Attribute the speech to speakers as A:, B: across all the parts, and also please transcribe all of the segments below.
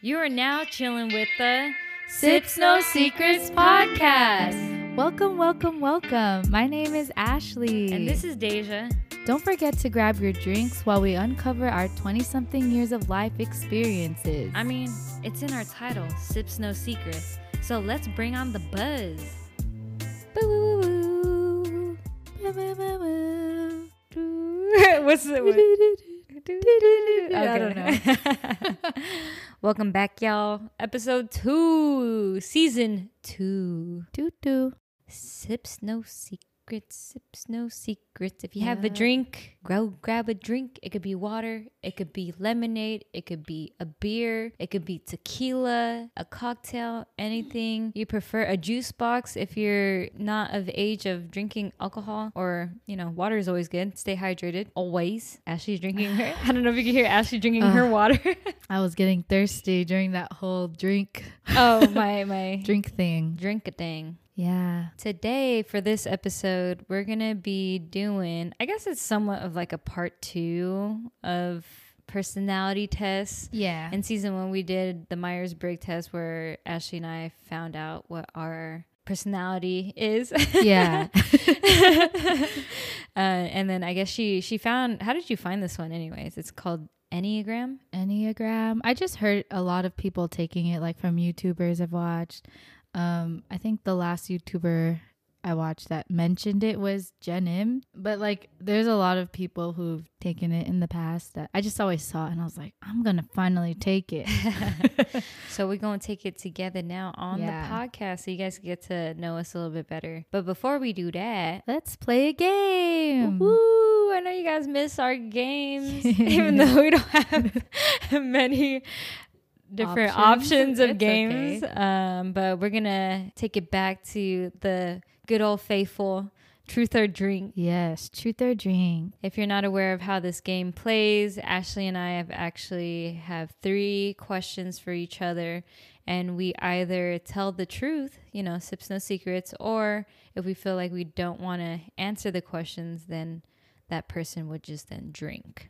A: You are now chilling with the Sips No Secrets podcast.
B: Welcome, welcome, welcome. My name is Ashley.
A: And this is Deja.
B: Don't forget to grab your drinks while we uncover our 20 something years of life experiences.
A: I mean, it's in our title, Sips No Secrets. So let's bring on the buzz.
B: Boo.
A: What's the
B: I don't know.
A: know. Welcome back, y'all. Episode two, season two.
B: Toot toot.
A: Sips no secrets, sips no secrets. If you have a
B: Yeah.
A: drink, go grab a drink. It could be water, it could be lemonade, it could be a beer, it could be tequila, a cocktail, anything you prefer. A juice box if you're not of age of drinking alcohol or, you know, water is always good. Stay hydrated always. Ashley's drinking her. I don't know if you can hear Ashley drinking her water.
B: I was getting thirsty during that whole drink
A: oh, my my
B: drink thing.
A: drink a thing.
B: Yeah.
A: Today, for this episode, we're going to be doing, I guess it's somewhat of like a part two of personality tests.
B: Yeah.
A: In season one, we did the Myers Briggs test where Ashley and I found out what our personality is.
B: yeah.
A: uh, and then I guess she she found how did you find this one anyways? It's called Enneagram.
B: Enneagram. I just heard a lot of people taking it like from YouTubers I've watched. Um, I think the last YouTuber I watched that mentioned it was Jen Im, but like there's a lot of people who've taken it in the past that I just always saw it and I was like, I'm gonna finally take it.
A: So we're going to take it together now on
B: Yeah.
A: the podcast so you guys get to know us a little bit better. But before we do that,
B: Let's play a game.
A: Woo! I know you guys miss our games, even though we don't have many different options,
B: Options?
A: of
B: It's
A: games. Um, but we're gonna take it back to the good old faithful truth or drink.
B: Yes, truth or drink.
A: If you're not aware of how this game plays, Ashley and I have actually have three questions for each other, and we either tell the truth, you know, sips no secrets, or if we feel like we don't want to answer the questions, then that person would just then drink.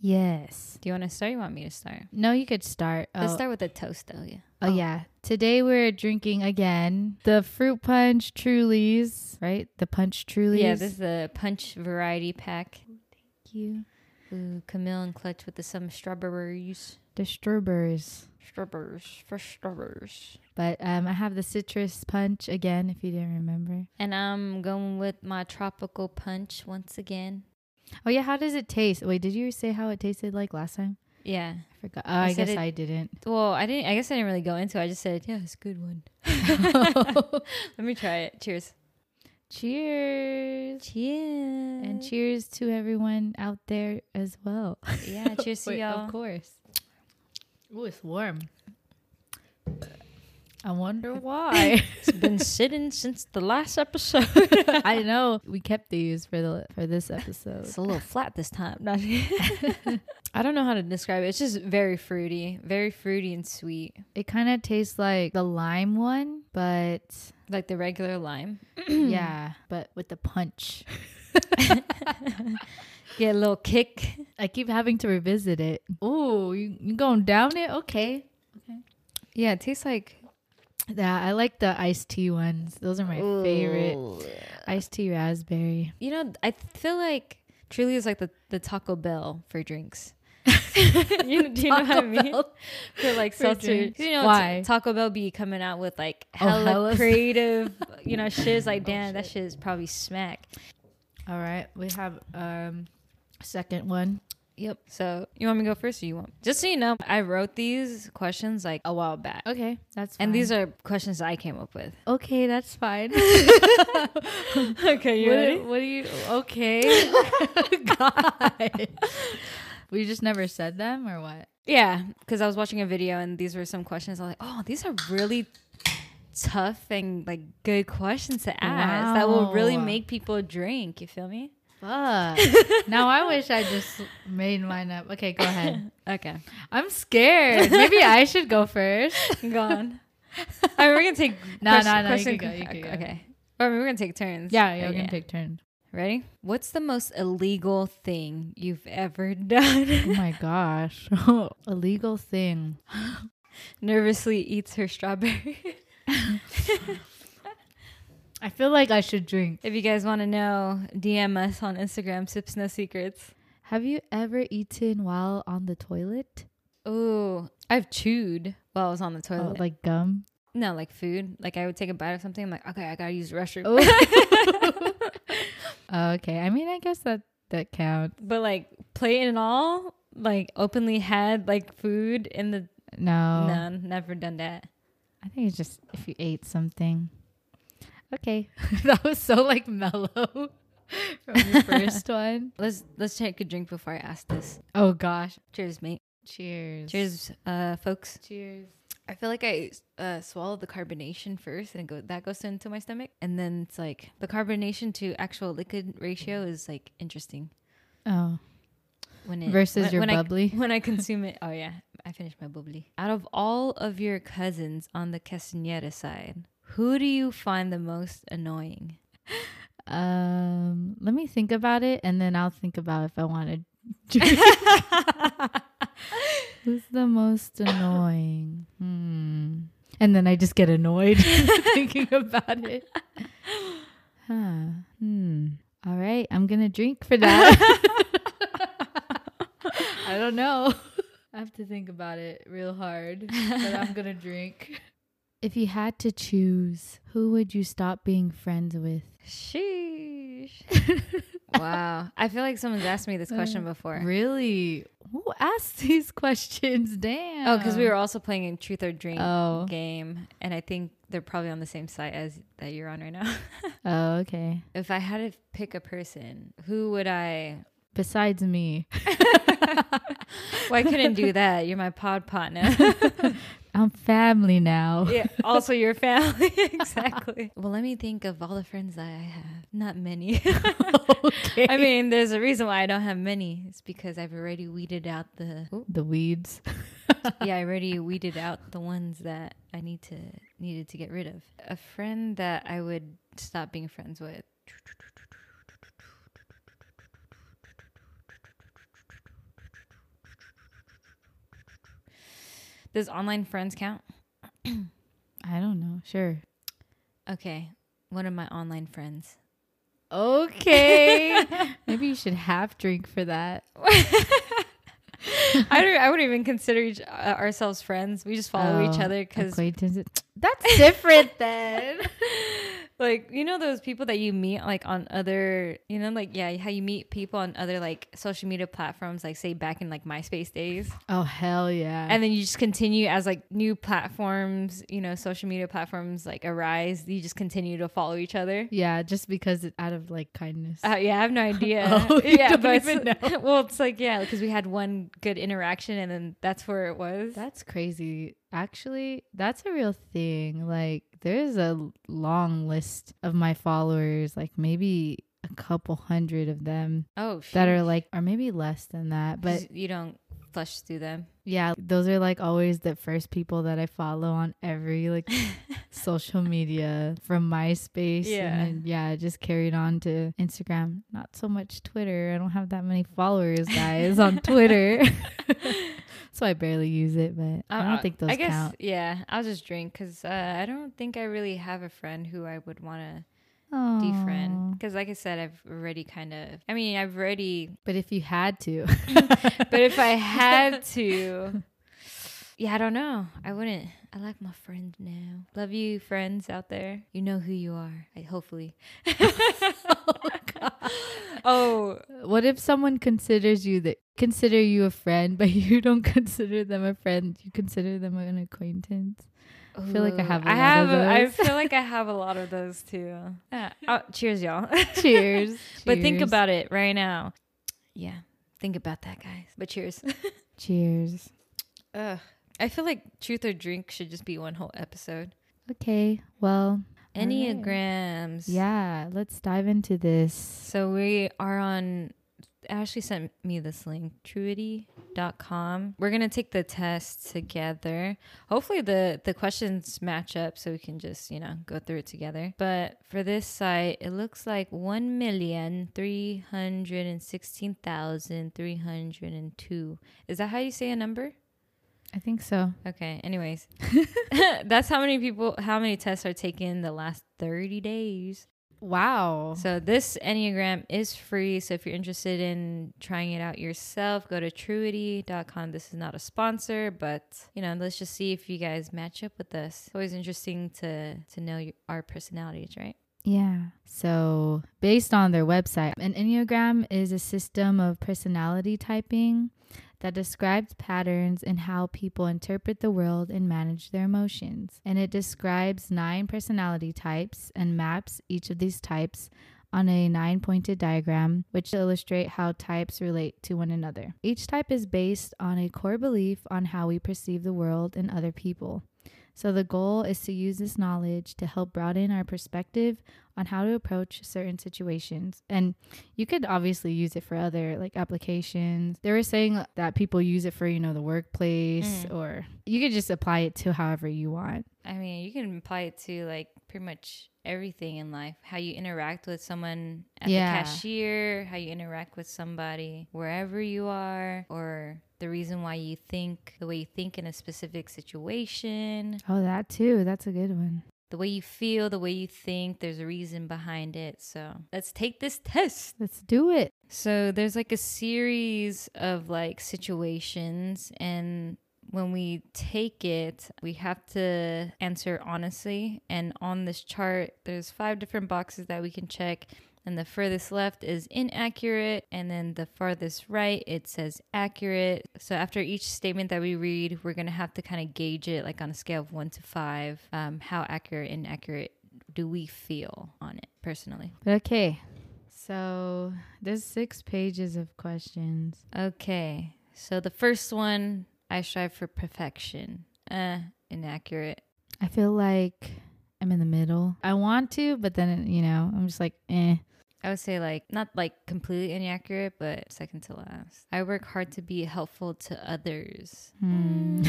B: Yes.
A: Do you want to start? Or you want me to start?
B: No, you could start.
A: Let's
B: Oh,
A: start with the toast, though. Yeah.
B: Oh, yeah. Today we're drinking again the fruit punch Trulies, right? The punch Trulies.
A: Yeah, this is the punch variety pack.
B: Thank you.
A: Ooh, Camille and Clutch with the, some strawberries.
B: The strawberries.
A: Strawberries, fresh strawberries.
B: But um, I have the citrus punch again, if you didn't remember.
A: And I'm going with my tropical punch once again.
B: Oh yeah, how does it taste? Wait, did you say how it tasted like last time?
A: Yeah.
B: I forgot. Oh, I,
A: said
B: guess
A: it-
B: I didn't.
A: Well, I didn't. I guess I didn't really go into. it. I just said, yeah, it's a good one. Let me try it. Cheers.
B: Cheers.
A: Cheers.
B: And cheers to everyone out there as well.
A: Yeah. Cheers to
B: Wait,
A: y'all.
B: course. Oh, it's warm. I wonder why.
A: why. It's been sitting since the last episode.
B: I know we kept these for the for this episode.
A: It's a little flat this time. Not- I don't know how to describe it. It's just very fruity, very fruity and sweet,
B: It kind of tastes like the lime one, but
A: like the regular lime.
B: yeah, but with the punch.
A: Get a little kick.
B: I keep having to revisit it. Oh, you, you going down it? Okay.
A: Yeah, it tastes like
B: Yeah, I like the iced tea ones. Those are my favorite. Iced tea raspberry.
A: You know, I th- feel like Truly is like the, the Taco Bell for drinks. you, do you know what I mean? For like
B: for
A: seltzer.
B: drinks.
A: You know,
B: Why?
A: t- Taco Bell be coming out with like
B: Oh,
A: hella,
B: hella-
A: creative, you know, shiz. Like, damn, that shit is probably smack.
B: All right, we have um second one.
A: Yep. So you want me to go first or you want? Just so you know, I wrote these questions like a while back.
B: Okay, that's fine.
A: And these are questions that I came up with.
B: okay. That's fine.
A: Okay,
B: what, what do you? Okay. God. we just never said them or what?
A: Yeah, because I was watching a video and these were some questions. I was like, oh, these are really tough and like good questions to ask that will really
B: Wow.
A: make people drink. You feel me?
B: Fuck. now I wish I just made mine up. Okay, go ahead.
A: Okay,
B: I'm scared. Maybe I should go first.
A: gone. I mean, we're gonna take
B: No,
A: quest-
B: no, no, you
A: question-
B: can go, you can go.
A: Okay, or I mean, we're gonna take turns.
B: Yeah, you
A: Okay.
B: can pick turns.
A: Ready? What's the most illegal thing you've ever done?
B: Oh my gosh. Illegal thing.
A: nervously eats her strawberry.
B: I feel like I should drink.
A: if you guys want to know, DM us on Instagram, Sips No Secrets.
B: Have you ever eaten while on the toilet?
A: Ooh, I've chewed while I was on the
B: Oh,
A: toilet. like
B: like gum?
A: no, like food. Like I would take a bite of something. I'm like, okay, I gotta use the restroom.
B: okay. I mean, I guess that that counts.
A: But like plate and all, like openly had like food in the
B: No.
A: none. Never done that.
B: I think it's just if you ate something. Okay. that was so like mellow from the first one.
A: Let's let's take a drink before I ask this.
B: Oh gosh.
A: Cheers, mate.
B: Cheers.
A: Cheers, uh, folks.
B: Cheers.
A: I feel like I uh, swallowed the carbonation first, and it go- that goes into my stomach, and then it's like the carbonation to actual liquid ratio is like interesting
B: Oh.
A: when it
B: Versus
A: when,
B: your
A: when
B: bubbly.
A: I, when I consume it. Oh yeah, I finished my bubbly. Out of all of your cousins on the Castaneda side, who do you find the most annoying?
B: Um, let me think about it and then I'll think about if I want to Who's the most annoying? Hmm. And then I just get annoyed thinking about it. Huh. Hmm. All right, I'm gonna drink for that. I don't know. I have to think about it real hard, but I'm gonna drink. If you had to choose, who would you stop being friends with?
A: Sheesh. wow, I feel like someone's asked me this question before.
B: Really? Who asked these questions? Damn.
A: Oh, because we were also playing in Truth or Drink
B: Oh.
A: game, and I think they're probably on the same site as that you're on right now.
B: Oh, okay.
A: if I had to pick a person, who would I?
B: Besides me,
A: Well, I couldn't do that. You're my pod partner.
B: I'm family now.
A: yeah, also your family. exactly. Well, let me think of all the friends that I have. Not many.
B: okay.
A: I mean, there's a reason why I don't have many. It's because I've already weeded out the.
B: the weeds.
A: yeah, I already weeded out the ones that I need to needed to get rid of. A friend that I would stop being friends with. Does online friends count?
B: I don't know. Sure.
A: Okay, one of my online friends.
B: Okay. Maybe you should half drink for that.
A: I don't. I wouldn't even consider each, uh, ourselves friends. We just follow each
B: Oh,
A: other because
B: acquaintances. That's different then.
A: like you know those people that you meet like on other you know like yeah how you meet people on other like social media platforms like say back in like MySpace days
B: oh hell yeah.
A: and then you just continue as like new platforms you know social media platforms like arise you just continue to follow each other
B: yeah, just because it's out of like kindness.
A: uh, yeah, I have no idea.
B: Oh, you
A: yeah,
B: don't
A: but it's-
B: even know.
A: well, it's like yeah, because we had one good interaction, and then that's where it was.
B: that's crazy. Actually, that's a real thing. Like there's a l- long list of my followers, like maybe a couple hundred of them
A: oh,
B: that are
A: sheesh.
B: like or maybe less than that, but
A: 'Cause you don't flush through them.
B: Yeah, those are like always the first people that I follow on every like social media from MySpace.
A: Yeah.
B: And then, yeah, I just carried on to Instagram. Not so much Twitter. I don't have that many followers, guys, on Twitter. so I barely use it, but I
A: Uh,
B: don't think those
A: I guess,
B: count.
A: Yeah, I'll just drink because uh, I don't think I really have a friend who I would want to defriend.
B: Defriend.
A: Because, like I said, I've already kind of. I mean, I've already.
B: But if you had to,
A: But if I had to, yeah, I don't know. I wouldn't. I like my friend now. Love you, friends out there. You know who you are. I, hopefully. oh,
B: what if someone considers you that consider you a friend, but you don't consider them a friend? You consider them an acquaintance?
A: I
B: feel like I have a
A: I
B: lot of
A: have. a- I
B: those.
A: feel like I have a lot of those too. Yeah. Oh, cheers, y'all.
B: Cheers.
A: But think
B: Cheers.
A: about it right now. Yeah, think about that, guys. But cheers.
B: Cheers.
A: Ugh. I feel like truth or drink should just be one whole episode.
B: Okay, well, All right.
A: Enneagrams.
B: yeah, let's dive into this.
A: So we are on. Ashley sent me this link, truity.com. We're going to take the test together. Hopefully the the questions match up so we can just, you know, go through it together. But for this site, it looks like 1,316,302. Is that how you say a number?
B: I think so.
A: Okay. Anyways, that's how many people, how many tests are taken the last 30 days.
B: Wow.
A: So this Enneagram is free. So if you're interested in trying it out yourself, go to truity.com. This is not a sponsor, but you know, let's just see if you guys match up with us. It's always interesting to to know your, our personalities, right?
B: Yeah. So, based on their website, an Enneagram is a system of personality typing that describes patterns in how people interpret the world and manage their emotions. And it describes nine personality types and maps each of these types on a nine pointed diagram, which illustrate how types relate to one another. Each type is based on a core belief on how we perceive the world and other people. So, the goal is to use this knowledge to help broaden our perspective on how to approach certain situations. And you could obviously use it for other like applications. They were saying that people use it for, you know, the workplace,
A: Mhm.
B: or you could just apply it to however you want.
A: I mean, you can apply it to like pretty much everything in life. How you interact with someone at
B: Yeah.
A: the cashier, how you interact with somebody wherever you are, or the reason why you think the way you think in a specific situation,
B: Oh, that too. That's a good one.
A: the way you feel, the way you think, there's a reason behind it. So, let's take this test.
B: Let's do it.
A: So there's like a series of like situations and when we take it, we have to answer honestly. And on this chart, there's five different boxes that we can check. And the furthest left is inaccurate, and then the farthest right it says accurate. So after each statement that we read, we're gonna have to kind of gauge it, like on a scale of one to five, um, how accurate, inaccurate do we feel on it personally?
B: Okay. So there's six pages of questions.
A: Okay. So the first one, I strive for perfection. Uh, inaccurate.
B: I feel like I'm in the middle. I want to, but then, you know, I'm just like, eh.
A: I would say like not like completely inaccurate, but second to last. I work hard to be helpful to others.
B: Hmm.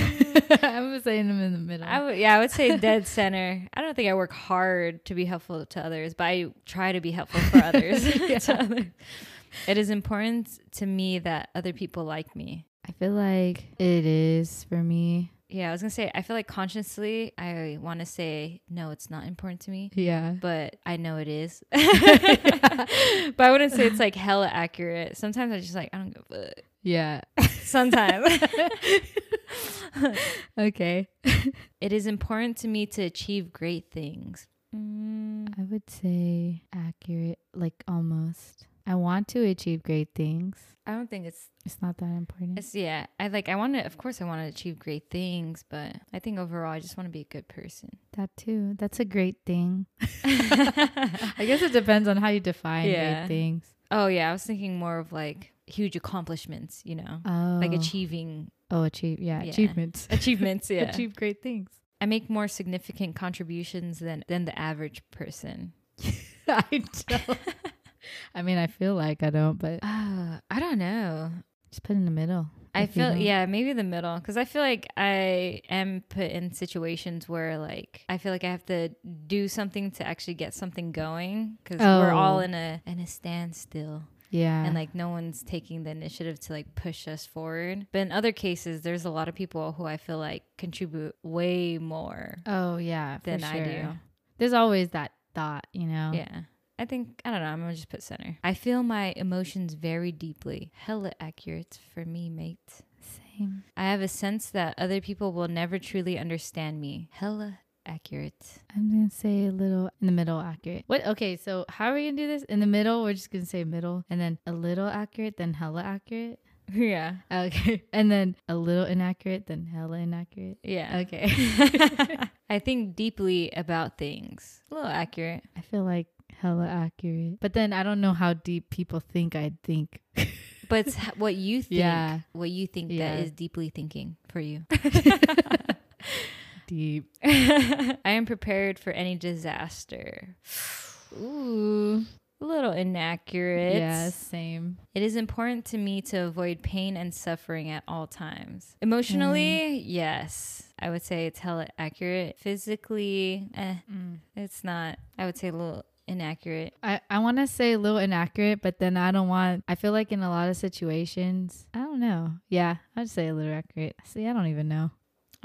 B: I'm just saying I'm in the middle.
A: I would, yeah, I would say dead center. I don't think I work hard to be helpful to others, but I try to be helpful for others.
B: Yeah.
A: to others. It is important to me that other people like me.
B: I feel like it is for me.
A: Yeah, I was gonna say I feel like consciously I want to say no, it's not important to me.
B: Yeah.
A: but I know it is. but I wouldn't say it's like hella accurate. Sometimes I just like I don't give a fuck.
B: Yeah.
A: Sometimes
B: Okay.
A: it is important to me to achieve great things. Mm,
B: I would say accurate, like almost. I want to achieve great things.
A: I don't think it's
B: It's not that important.
A: it's yeah. I like I want to of course I want to achieve great things, but I think overall I just want to be a good person.
B: that too. That's a great thing. I
A: I
B: guess it depends on how you define
A: Yeah.
B: great things.
A: Oh yeah, I was thinking more of like huge accomplishments. You know,
B: Oh.
A: like achieving
B: Oh, achieve. Yeah,
A: Yeah.
B: achievements.
A: achievements. Yeah.
B: Achieve great things.
A: I make more significant contributions than than the average person.
B: I don't. I mean, I feel like I don't, but
A: Uh, I don't know.
B: just put in the middle.
A: I
B: if you
A: feel
B: don't.
A: yeah, maybe the middle cuz I feel like I am put in situations where like I feel like I have to do something to actually get something going cuz we're
B: Oh.
A: all in a in a standstill
B: Yeah.
A: and like no one's taking the initiative to like push us forward. But in other cases there's a lot of people who I feel like contribute way more
B: oh, yeah. for
A: than I
B: sure. Uh-huh.
A: do.
B: There's always that thought, you know?
A: Yeah. I think I don't know. I'm gonna just put center. I feel my emotions very deeply. Hella accurate for me, mate.
B: Same.
A: I have a sense that other people will never truly understand me. Hella accurate.
B: I'm going to say a little in the middle accurate. What? Okay. So, how are we going to do this? In the middle, we're just going to say middle and then a little accurate, then hella accurate.
A: Yeah.
B: Okay. And then a little inaccurate, then hella inaccurate.
A: Yeah.
B: Okay.
A: I think deeply about things. A little accurate.
B: I feel like hella accurate. But then I don't know how deep people think I think.
A: But it's h- what you think.
B: Yeah.
A: What you think
B: Yeah.
A: that is deeply thinking for you.
B: deep.
A: I am prepared for any disaster. Ooh. A little inaccurate.
B: Yeah, same.
A: It is important to me to avoid pain and suffering at all times. Emotionally, yes. I
B: Mm.
A: would say it's hella accurate. Physically, eh, it's not. I would say a little inaccurate.
B: I, I want to say a little inaccurate, but then I don't want. I feel like in a lot of situations, I don't know. Yeah, I'd say a little accurate. See, I don't even know.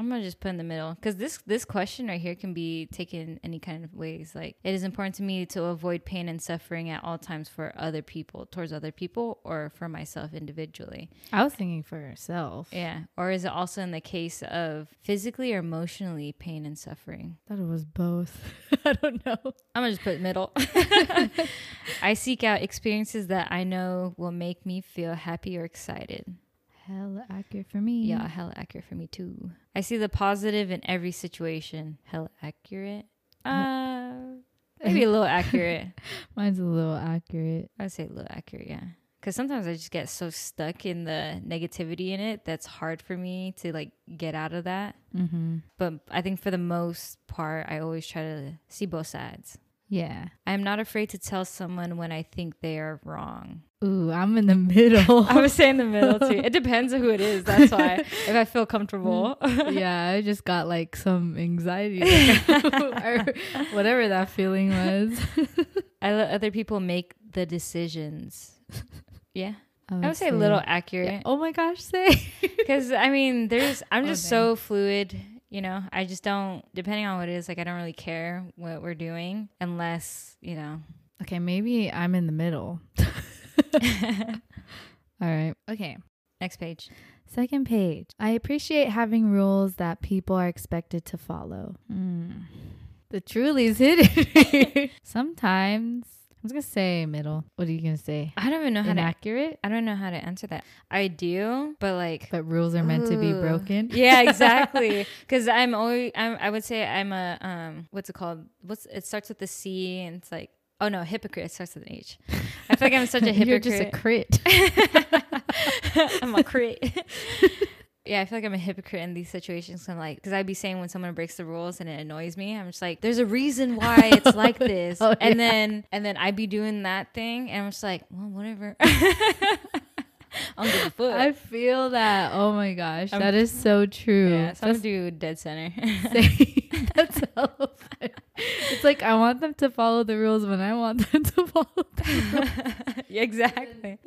A: I'm gonna just put in the middle because this this question right here can be taken any kind of ways. Like it is important to me to avoid pain and suffering at all times for other people, towards other people, or for myself individually.
B: I was thinking for herself.
A: Yeah. Or is it also in the case of physically or emotionally pain and suffering?
B: thought it was both. I don't know.
A: I'm gonna just put middle. I seek out experiences that I know will make me feel happy or excited.
B: Hella accurate for me.
A: Yeah, hella accurate for me too. I see the positive in every situation. Hella accurate. Uh, maybe a little accurate.
B: Mine's a little accurate.
A: I'd say a little accurate, yeah. Because sometimes I just get so stuck in the negativity in it that's hard for me to like get out of that.
B: Mm-hmm.
A: But I think for the most part, I always try to see both sides.
B: Yeah.
A: I am not afraid to tell someone when I think they are wrong.
B: Ooh, I'm in the middle.
A: I would say in the middle too. It depends on who it is. That's why if I feel comfortable.
B: yeah, I just got like some anxiety, or whatever that feeling was.
A: I let other people make the decisions. Yeah. I would say a little accurate
B: Oh my gosh, say.
A: because I mean, there's, I'm
B: Oh,
A: just so fluid, you know, I just don't, depending on what it is, like, I don't really care what we're doing unless, you know,
B: Okay, maybe I'm in the middle. All right. Okay.
A: next page.
B: Second page. I appreciate having rules that people are expected to follow. Mm. The truly is hidden. Sometimes I'm just gonna say middle. What are you gonna say?
A: I don't even know how to,
B: Inaccurate,
A: I don't know how to answer that. I do, but like,
B: but rules are meant to be
A: Ooh.
B: broken.
A: yeah, exactly. Because I'm always, I'm, I would say I'm a, um, what's it called? What's it starts with the C and it's like, oh no, hypocrite. It starts with an H. I feel like I'm such a hypocrite.
B: You're just a crit.
A: I'm a crit. yeah, I feel like I'm a hypocrite in these situations. 'cause I'm like, because I'd be saying when someone breaks the rules and it annoys me, I'm just like, there's a reason why it's like this.
B: Oh,
A: and
B: yeah.
A: then, and then I'd be doing that thing, and I'm just like, well, whatever. I'm gonna foot.
B: I feel that. Oh my gosh,
A: I'm-
B: that is so true.
A: yeah, so I'm gonna do dead center.
B: Same. That's hella funny. It's like I want them to follow the rules when I want them to follow. The rules.
A: Yeah, exactly.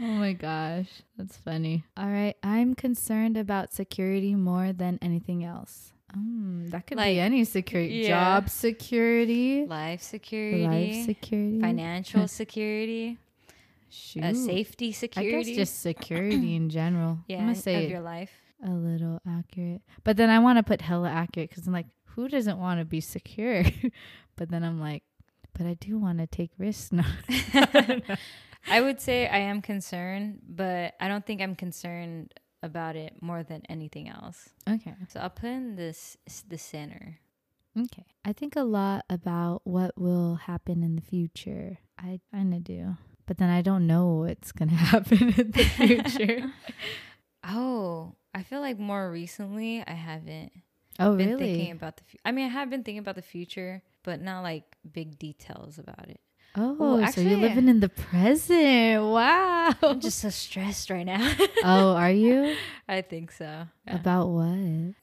B: oh my gosh, that's funny. All right, I'm concerned about security more than anything else. Mm, that could
A: Like,
B: be any security,
A: yeah.
B: job security,
A: Life security,
B: life security,
A: financial security,
B: Shoot.
A: uh, safety
B: I
A: security.
B: guess just security in general.
A: yeah,
B: I'm gonna
A: of
B: say
A: your life.
B: a little accurate, but then I want to put hella accurate because I'm like, who doesn't want to be secure? but then I'm like, but I do want to take risks. No.
A: I would say I am concerned, but I don't think I'm concerned about it more than anything else.
B: Okay.
A: So I'll put in this the center.
B: Okay. I think a lot about what will happen in the future. I kind of do. But then I don't know what's going to happen in the future.
A: Oh, I feel like more recently I haven't
B: oh,
A: been
B: really?
A: thinking about the. Fu- I mean, I have been thinking about the future, but not like big details about it.
B: Oh, so
A: actually-
B: you're living in the present. Wow.
A: I'm just so stressed right now.
B: oh, are you?
A: I think so. Yeah.
B: About what?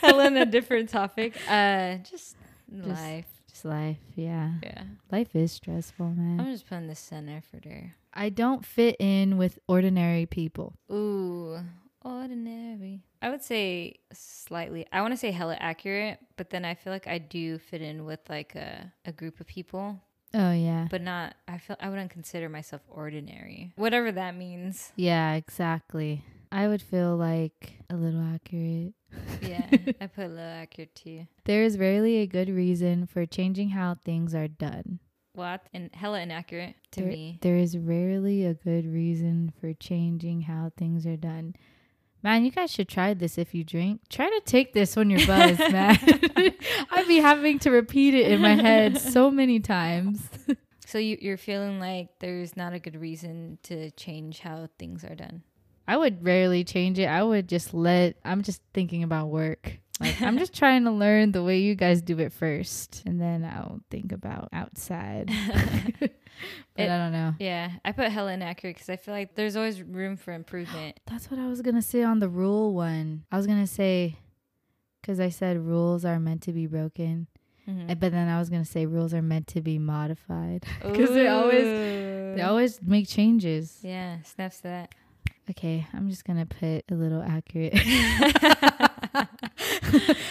A: Helen, a different topic. Uh, just, life.
B: Just life. Yeah.
A: Yeah,
B: Life is stressful, man.
A: I'm just putting the center for there.
B: I don't fit in with ordinary people.
A: Ooh, ordinary. I would say slightly. I want to say hella accurate, but then I feel like I do fit in with like a, a group of people,
B: Oh, yeah.
A: but not. I feel I wouldn't consider myself ordinary, whatever that means.
B: Yeah, exactly. I would feel like a little accurate.
A: Yeah, I put low accurate too.
B: There is rarely a good reason for changing how things are done.
A: What and hella inaccurate to
B: There-
A: me.
B: There is rarely a good reason for changing how things are done. Man, you guys should try this if you drink. Try to take this when you're buzzed, man. I'd be having to repeat it in my head so many times.
A: So you, you're feeling like there's not a good reason to change how things are done.
B: I would rarely change it. I would just let, I'm just thinking about work. Like, I'm just trying to learn the way you guys do it first, and then I'll think about outside. but
A: It-
B: I don't know.
A: Yeah, I put hella inaccurate because I feel like there's always room for improvement.
B: That's what I was going to say on the rule one. I was going to say, because I said rules are meant to be broken. Uh, But then I was gonna say rules are meant to be modified because they always
A: Ooh.
B: they always make changes.
A: yeah snaps to that
B: Okay, I'm just gonna put a little accurate.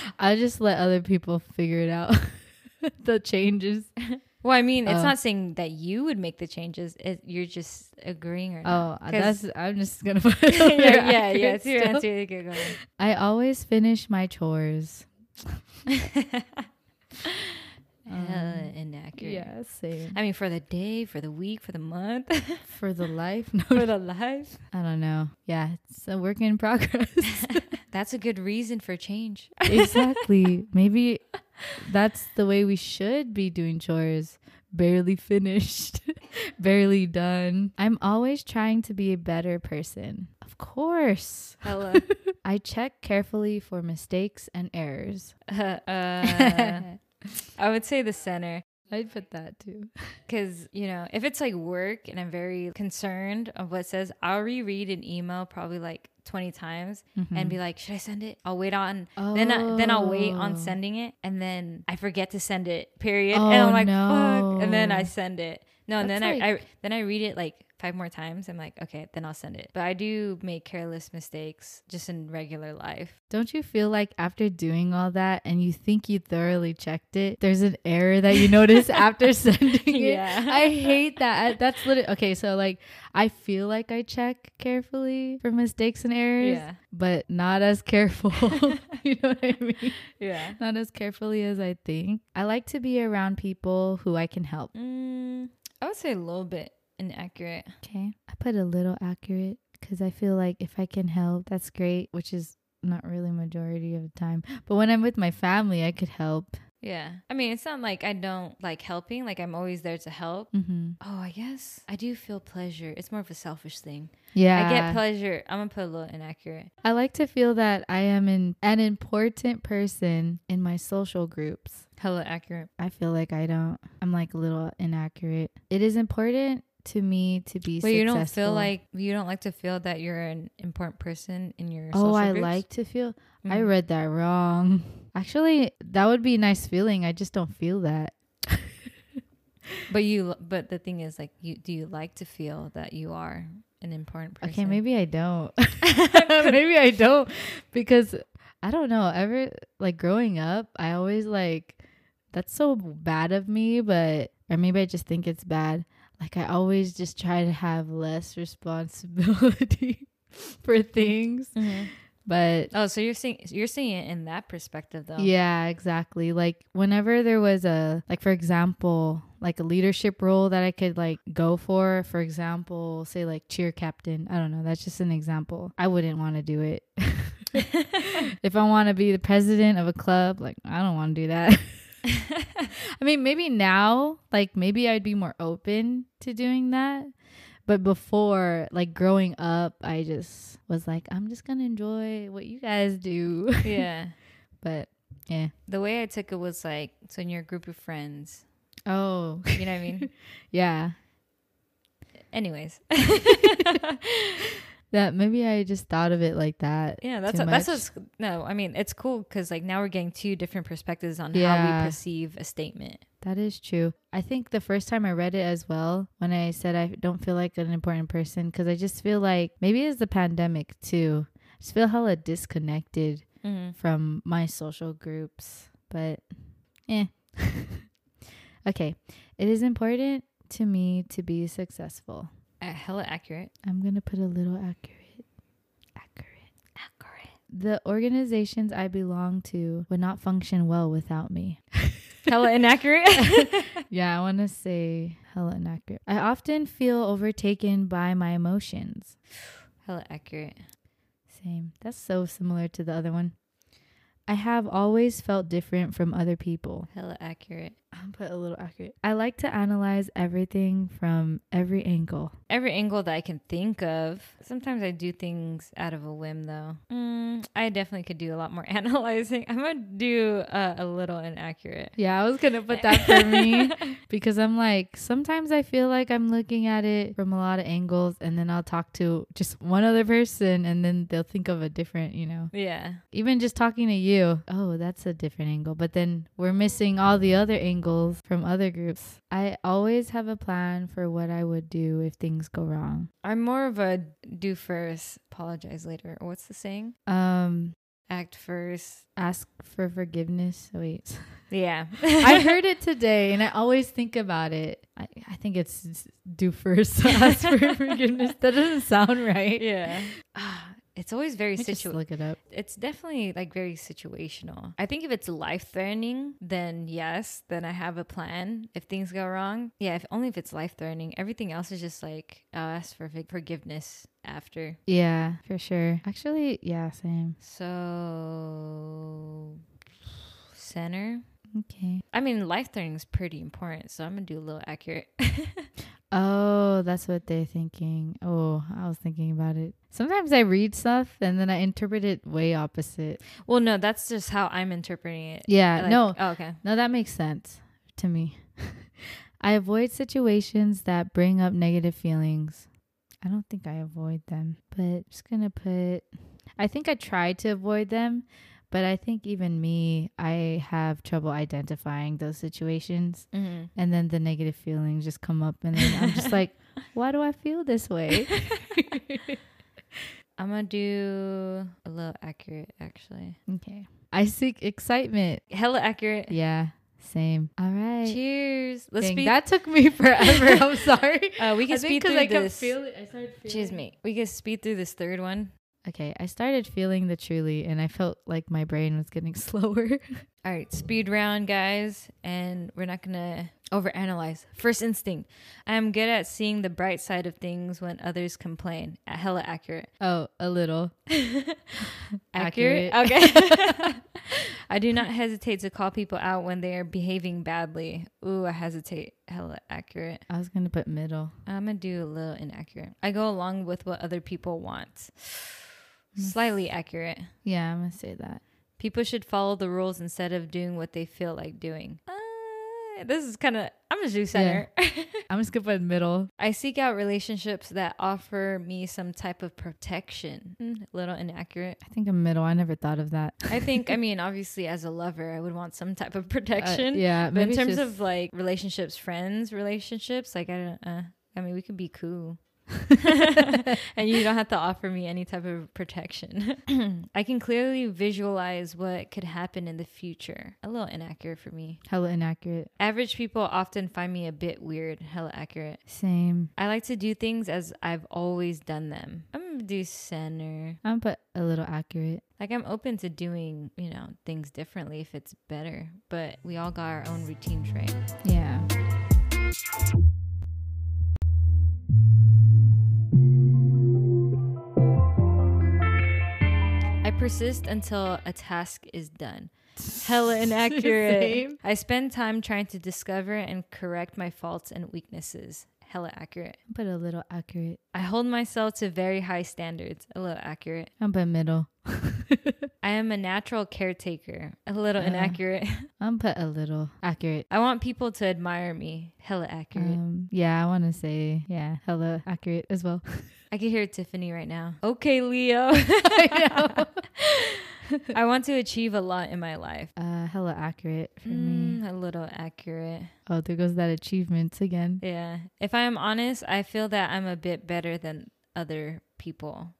B: I'll just let other people figure it out. the changes.
A: well i mean it's
B: Oh.
A: not saying that you would make the changes it, you're just agreeing or not
B: Oh,
A: 'Cause-
B: that's I'm just gonna put. it
A: yeah,
B: under
A: yeah,
B: accurate
A: yeah, it's your
B: still.
A: answer. You could go on.
B: I always finish my chores.
A: Hella inaccurate.
B: Um, Yeah, same.
A: I mean, for the day, for the week, for the month,
B: For the life, no,
A: for the life.
B: I don't know. Yeah, it's a work in progress.
A: That's a good reason for change.
B: exactly. Maybe that's the way we should be doing chores. Barely finished, barely done. I'm always trying to be a better person. Of course.
A: Hello.
B: I check carefully for mistakes and errors.
A: Uh, uh, I would say the center.
B: I'd put that too.
A: Because, you know, if it's like work and I'm very concerned of what it says, I'll reread an email probably like 20 times and be like, should I send it? I'll wait on. Then, I, then I'll wait on
B: Mm. Mm-hmm. Oh.
A: sending it. And then I forget to send it, period.
B: Oh,
A: and I'm like, fuck. And then
B: no.
A: I send it. No, and
B: That's
A: then I, I
B: like-
A: then I read it like five more times. I'm like, okay, then I'll send it. But I do make careless mistakes just in regular life.
B: Don't you feel like after doing all that and you think you thoroughly checked it, there's an error that you notice after sending it?
A: Yeah.
B: I hate that. I- that's literally okay. So like, I feel like I check carefully for mistakes and errors,
A: Yeah.
B: but not as careful. you know what I mean?
A: Yeah.
B: Not as carefully as I think. I like to be around people who I can help.
A: Mm, I would say a little bit inaccurate.
B: Okay, I put a little accurate because I feel like if I can help, that's great. Which is not really majority of the time, but when I'm with my family, I could help.
A: Yeah. I mean, it's not like I don't like helping, like I'm always there to help.
B: Mm-hmm.
A: Oh, I guess I do feel pleasure. It's more of a selfish thing.
B: Yeah.
A: I get pleasure. I'm going to put a little inaccurate.
B: I like to feel that I am an, an important person in my social groups.
A: Hella accurate.
B: I feel like I don't, I'm like a little inaccurate. It is important to me to be
A: But you don't feel
B: successful.
A: like you don't like to feel that you're an important person in your
B: oh,
A: social
B: I
A: groups?
B: like to feel, I
A: Mhm.
B: read that wrong. Actually, that would be a nice feeling. I just don't feel that.
A: But you but the thing is like you do you like to feel that you are an important person?
B: Okay, maybe I don't. maybe I don't because I don't know. Ever like growing up, I always like that's so bad of me, but or maybe I just think it's bad. Like I always just try to have less responsibility for things,
A: Mhm.
B: but
A: Oh, so you're seeing you're seeing it in that perspective though.
B: yeah, exactly. Like whenever there was a like for example, like a leadership role that I could like go for, for example, say like cheer captain. I don't know, that's just an example. I wouldn't want to do it. if I want to be the president of a club, like I don't want to do that. I mean, maybe now, like maybe I'd be more open to doing that. But before, like growing up, I just was like, I'm just gonna enjoy what you guys do.
A: yeah.
B: But yeah.
A: The way I took it was like so in your group of friends.
B: Oh,
A: You know what I mean?
B: yeah.
A: Anyways,
B: That maybe I just thought of it like that.
A: yeah, that's
B: too
A: a, that's
B: much.
A: what's no. I mean, it's cool because like now we're getting two different perspectives on how
B: Yeah.
A: we perceive a statement.
B: That is true. I think the first time I read it as well, when I said I don't feel like an important person, because I just feel like maybe it's the pandemic too. I just feel hella disconnected from my social groups. But eh. okay. It is important to me to be successful.
A: Uh, hella accurate.
B: I'm going to put a little accurate. Accurate.
A: Accurate.
B: The organizations I belong to would not function well without me.
A: Hella inaccurate.
B: Yeah, I want to say hella inaccurate. I often feel overtaken by my emotions.
A: hella accurate.
B: Same. That's so similar to the other one. I have always felt different from other people.
A: Hella accurate.
B: Oh, but a little accurate. I like to analyze everything from every angle.
A: Every angle that I can think of. Sometimes I do things out of a whim, though. Mm, I definitely could do a lot more analyzing. I'm gonna do uh, a little inaccurate.
B: Yeah, I was gonna put that for me because I'm like sometimes I feel like I'm looking at it from a lot of angles, and then I'll talk to just one other person, and then they'll think of a different, you know.
A: Yeah,
B: Even just talking to you, oh, that's a different angle. But then we're missing all the other angles from other groups. I always have a plan for what I would do if things go wrong.
A: I'm more of a do first, apologize later. Or What's the saying?
B: Um,
A: Act first.
B: ask for forgiveness. Wait,
A: Yeah,
B: I heard it today, and I always think about it. I, I think it's s- do first, ask for forgiveness. That doesn't sound right.
A: yeah. Ah, It's always very
B: Let me just
A: situational.
B: look it up.
A: it's definitely like very situational. I think if it's life threatening, then yes, then I have a plan. If things go wrong, yeah, if only if it's life threatening. Everything else is just like I'll ask for fi- forgiveness after.
B: Yeah, for sure. Actually, yeah, same.
A: So center.
B: Okay.
A: I mean, life threatening is pretty important, so I'm gonna do a little accurate.
B: Oh, that's what they're thinking. Oh, I was thinking about it. Sometimes I read stuff and then I interpret it way opposite.
A: well, no, that's just how I'm interpreting it.
B: Yeah,
A: Like-
B: Uh, no,
A: Oh, okay.
B: no, that makes sense to me. I avoid situations that bring up negative feelings. I don't think I avoid them, but I'm just gonna put. I think I try to avoid them, but I think even me, I have trouble identifying those situations,
A: Mhm.
B: and then the negative feelings just come up, and then I'm just like, why do I feel this way?
A: I'm gonna do a little accurate actually.
B: Okay. I seek excitement.
A: Hella accurate.
B: Yeah, same. All right.
A: Cheers. Let's
B: Dang,
A: be
B: that took me forever. I'm sorry.
A: Uh, we can
B: I
A: speed
B: think
A: through
B: because I could
A: this.
B: feel it. I started feeling
A: Excuse me. We can speed through this third one.
B: Okay, I started feeling the truly, and I felt like my brain was getting slower.
A: All right, speed round, guys, and we're not gonna overanalyze. First instinct. I am good at seeing the bright side of things when others complain. Uh, Hella accurate.
B: oh, a little.
A: Accurate.
B: Accurate.
A: Okay. I do not hesitate to call people out when they are behaving badly. Ooh, I hesitate. Hella accurate.
B: I was gonna put middle.
A: I'm gonna do a little inaccurate. I go along with what other people want. Slightly accurate.
B: Yeah, I'm gonna say that.
A: People should follow the rules instead of doing what they feel like doing. Uh, this is kind of, I'm just do center.
B: I'm just gonna put middle.
A: I seek out relationships that offer me some type of protection. Mm, a little inaccurate.
B: I think I'm middle. I never thought of that. Uh,
A: I think, I mean, obviously, as a lover, I would want some type of protection.
B: Uh,
A: But
B: yeah,
A: in
B: maybe it's
A: terms
B: just-
A: of like relationships, friends, relationships, like I don't, uh, I mean, we could be cool. and you don't have to offer me any type of protection. I can clearly visualize what could happen in the future. A little inaccurate for me.
B: hella inaccurate.
A: Average people often find me a bit weird. Hella accurate.
B: Same.
A: I like to do things as I've always done them. I'm gonna do center.
B: I'm gonna put a little accurate.
A: Like I'm open to doing, you know, things differently if it's better. But we all got our own routines, right?
B: Yeah.
A: I persist until a task is done. Hella inaccurate.
B: Same.
A: I spend time trying to discover and correct my faults and weaknesses. Hella accurate.
B: Put a little accurate.
A: I hold myself to very high standards. A little accurate.
B: I'm put middle.
A: I am a natural caretaker. A little
B: Uh.
A: inaccurate.
B: I'm put a little accurate.
A: I want people to admire me. Hella accurate.
B: Um, yeah, I want to say yeah, hella accurate as well.
A: I can hear Tiffany right now. Okay, Leo.
B: I
A: I want to achieve a lot in my life.
B: know. Uh, hella accurate for me.
A: Mm, a little accurate.
B: Oh, there goes that achievements again.
A: Yeah. If I am honest, I feel that I'm a bit better than other people.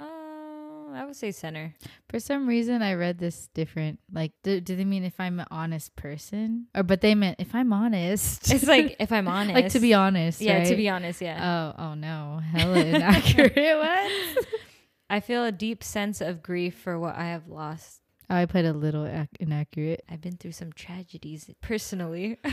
A: Uh, I would say center.
B: For some reason, I read this different. Like, do, do they mean if I'm an honest person, or but they meant if I'm honest?
A: It's like if I'm honest.
B: like to be honest.
A: Yeah, to
B: right?
A: be honest, yeah.
B: Oh, oh no, hella inaccurate. what?
A: I feel a deep sense of grief for what I have lost.
B: Oh, I put a little ac- inaccurate.
A: I've been through some tragedies personally,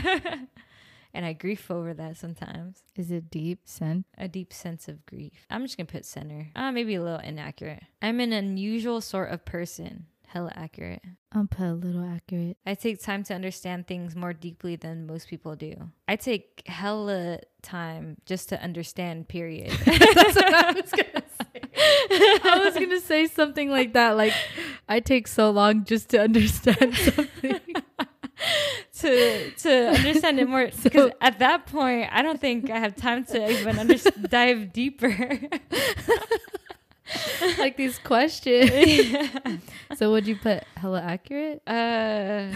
A: and I grief over that sometimes.
B: Is it deep sense?
A: a deep sense of grief. I'm just gonna put center. Uh, maybe a little inaccurate. I'm an unusual sort of person. hella accurate.
B: I'm put a little accurate.
A: I take time to understand things more deeply than most people do. I take hella time just to understand, period.
B: That's what I was gonna say. I was gonna say something like that. Like, I take so long just to understand something.
A: to to understand it more because at that point I don't think I have time to even under- dive deeper.
B: like these questions. so would you put hella accurate?
A: Uh,